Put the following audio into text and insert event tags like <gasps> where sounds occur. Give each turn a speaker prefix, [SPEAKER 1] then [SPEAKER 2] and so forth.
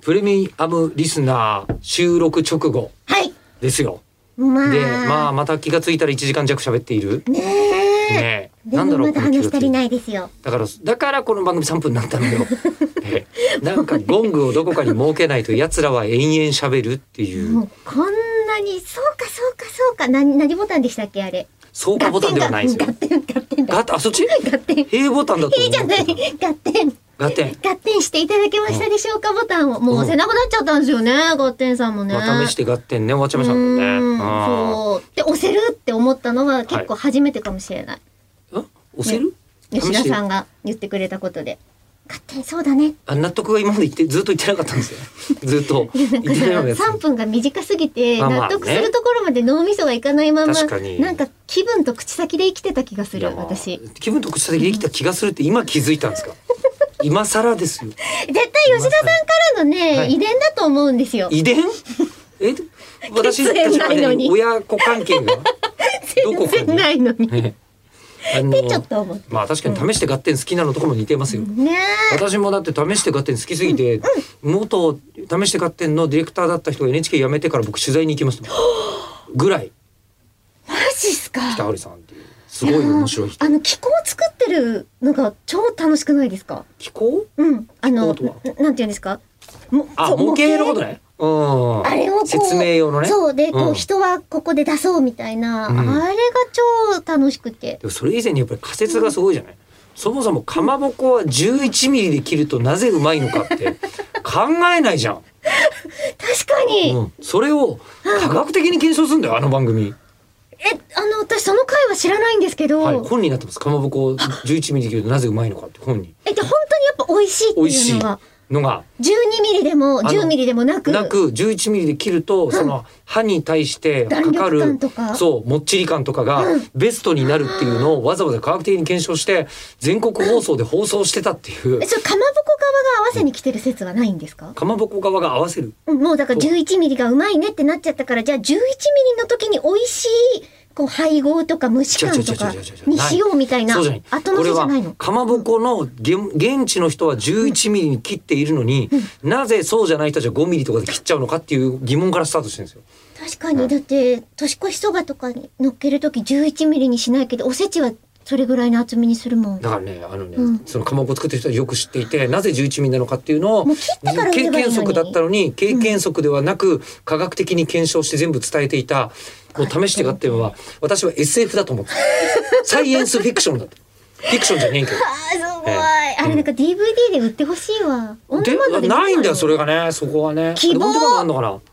[SPEAKER 1] プレミアムリスナー収録直後
[SPEAKER 2] はい。
[SPEAKER 1] ですよ。
[SPEAKER 2] まあ。
[SPEAKER 1] で、まあまた気がついたら1時間弱喋っている。
[SPEAKER 2] ねえ。
[SPEAKER 1] ねえ、
[SPEAKER 2] で
[SPEAKER 1] な
[SPEAKER 2] も
[SPEAKER 1] んだろう
[SPEAKER 2] まだ話足り
[SPEAKER 1] い。
[SPEAKER 2] ないですよ。
[SPEAKER 1] だからだからこの番組3分になったの
[SPEAKER 2] <laughs>
[SPEAKER 1] よ。ええなんかゴングをどこかに設けないと奴らは延々喋るってい
[SPEAKER 2] も
[SPEAKER 1] う
[SPEAKER 2] うこんなに、そうかそうかそうか。な、何ボタンでしたっけあれ。
[SPEAKER 1] そうかボタンではないですよ
[SPEAKER 2] ガ。ッテンガッテンガッテンだ。
[SPEAKER 1] ガッあそっち？
[SPEAKER 2] ガッテン。い
[SPEAKER 1] 平ボタンだと思う。
[SPEAKER 2] いじゃない。ガッテン。
[SPEAKER 1] ガッテン。
[SPEAKER 2] ガッテンしていただけましたでしょうかボタンを。もう押せなくなっちゃったんですよね。ガッテンさんもね。
[SPEAKER 1] またしてガッテンね、おわちゃめさんもね。
[SPEAKER 2] うん
[SPEAKER 1] あ
[SPEAKER 2] そう。で、押せるって思ったのは結構初めてかもしれない。
[SPEAKER 1] ーん押せる？
[SPEAKER 2] 吉田さん
[SPEAKER 1] ん。
[SPEAKER 2] が言ってくれたことで。ガッテンそうだね。
[SPEAKER 1] あ納得が今まで言ってずっと言ってなかったんですよ。ずっ
[SPEAKER 2] <laughs>
[SPEAKER 1] と言ってないわけです。
[SPEAKER 2] 3分が短すぎて
[SPEAKER 1] まあまあね
[SPEAKER 2] 納得するところまで脳みそがいかないまま
[SPEAKER 1] 確かに
[SPEAKER 2] なんか気分と口先で生きてた気がす
[SPEAKER 1] い
[SPEAKER 2] る
[SPEAKER 1] やまあ
[SPEAKER 2] 私
[SPEAKER 1] 気分と口先できた気がするって今気づいたんです
[SPEAKER 2] <laughs>
[SPEAKER 1] か今更ですよ
[SPEAKER 2] 絶対吉田さんからのね、
[SPEAKER 1] はい
[SPEAKER 2] 遺伝だと思うんですよ
[SPEAKER 1] 遺伝え私たちは
[SPEAKER 2] 血縁ないの
[SPEAKER 1] ね
[SPEAKER 2] に
[SPEAKER 1] 親子関係
[SPEAKER 2] <laughs>
[SPEAKER 1] がどこか
[SPEAKER 2] 全然
[SPEAKER 1] に
[SPEAKER 2] ないのに
[SPEAKER 1] ねあの
[SPEAKER 2] ちょっと思って
[SPEAKER 1] まあ確かに試して合点好きなのとこも似てますよ、
[SPEAKER 2] ね
[SPEAKER 1] 私もだって試して合点好きすぎて、元試して合点のディレクターだった人が NHK 辞めてから僕取材に行きましたも
[SPEAKER 2] <gasps>
[SPEAKER 1] んぐらい
[SPEAKER 2] えマジっすか
[SPEAKER 1] 北堀さんっていうすごい面白い人
[SPEAKER 2] あの気候を作ってるのが超楽しくないですか
[SPEAKER 1] 気候
[SPEAKER 2] うんあの
[SPEAKER 1] 気候と
[SPEAKER 2] ななんて言うんですかも
[SPEAKER 1] あ
[SPEAKER 2] そう
[SPEAKER 1] 模型のことねうん
[SPEAKER 2] あれをこう
[SPEAKER 1] 説明用のね
[SPEAKER 2] そうでこう、
[SPEAKER 1] うん
[SPEAKER 2] 人はここで出そうみたいな、
[SPEAKER 1] うん
[SPEAKER 2] あれが超楽しく
[SPEAKER 1] で
[SPEAKER 2] て
[SPEAKER 1] もそれ以前にやっぱり仮説がすごいじゃない、そもそもかまぼこは11ミリで切るとなぜうまいのかって考えないじゃん、
[SPEAKER 2] 確かに、
[SPEAKER 1] うん、それを科学的に検証するんだよあの番組、
[SPEAKER 2] え、あの、私その回は知らないんですけど、
[SPEAKER 1] はい、本になってますかまぼこを11ミリで切るとなぜうまいのかって本に
[SPEAKER 2] え、で、本当にやっぱ美味しいって
[SPEAKER 1] 美味
[SPEAKER 2] い
[SPEAKER 1] し
[SPEAKER 2] う
[SPEAKER 1] い
[SPEAKER 2] のは、
[SPEAKER 1] のが
[SPEAKER 2] 12ミリでも
[SPEAKER 1] の
[SPEAKER 2] 10ミリでもなく、
[SPEAKER 1] なく11ミリで切るとその歯に対してかか
[SPEAKER 2] 弾力感
[SPEAKER 1] る
[SPEAKER 2] とか
[SPEAKER 1] そうもっちり感とかがベストになるっていうのをわざわざ科学的に検証して全国放送で放送してたっていう
[SPEAKER 2] え、それかまぼこ側が合わせに来てる説はないんですか、
[SPEAKER 1] かまぼこ側が合わせる
[SPEAKER 2] うんもうだから11ミリがうまいねってなっちゃったから、じゃあ11ミリの時に美味しい、こう配合とか蒸し感とか
[SPEAKER 1] 違う違う違う違う違う
[SPEAKER 2] にしようみたいな、
[SPEAKER 1] そう
[SPEAKER 2] 後
[SPEAKER 1] じゃ
[SPEAKER 2] 乗
[SPEAKER 1] ない
[SPEAKER 2] せじゃな
[SPEAKER 1] これは
[SPEAKER 2] いの。
[SPEAKER 1] かまぼこのげん現地の人は11ミリに切っているのに、なぜそうじゃない人たちは5ミリとかで切っちゃうのかっていう疑問からスタートしてるんですよ。
[SPEAKER 2] 確かに、だって、年越しそばとかに乗っける時11ミリにしないけど、おせちはそれぐらいの厚みにするもん。
[SPEAKER 1] だからねあのね、
[SPEAKER 2] うん
[SPEAKER 1] そのかまぼこ作ってる人はよく知っていてなぜ11ミリなのかっていうのを
[SPEAKER 2] もう切ってから売れ
[SPEAKER 1] 経
[SPEAKER 2] ばいい
[SPEAKER 1] 験
[SPEAKER 2] のに
[SPEAKER 1] 則だったのに経験則ではなく、科学的に検証して全部伝えていたもう試して買っていうのは私は SF だと思ってた
[SPEAKER 2] <laughs>
[SPEAKER 1] サイエンスフィクションだとフィクションじゃねえけど。
[SPEAKER 2] あーすごい、
[SPEAKER 1] ええ
[SPEAKER 2] あれなんか DVD で売ってほしいわオンデマンド
[SPEAKER 1] で
[SPEAKER 2] で
[SPEAKER 1] ないんだよ
[SPEAKER 2] よ
[SPEAKER 1] それがねそこはね
[SPEAKER 2] 希望
[SPEAKER 1] あれオンデマンドあんのかな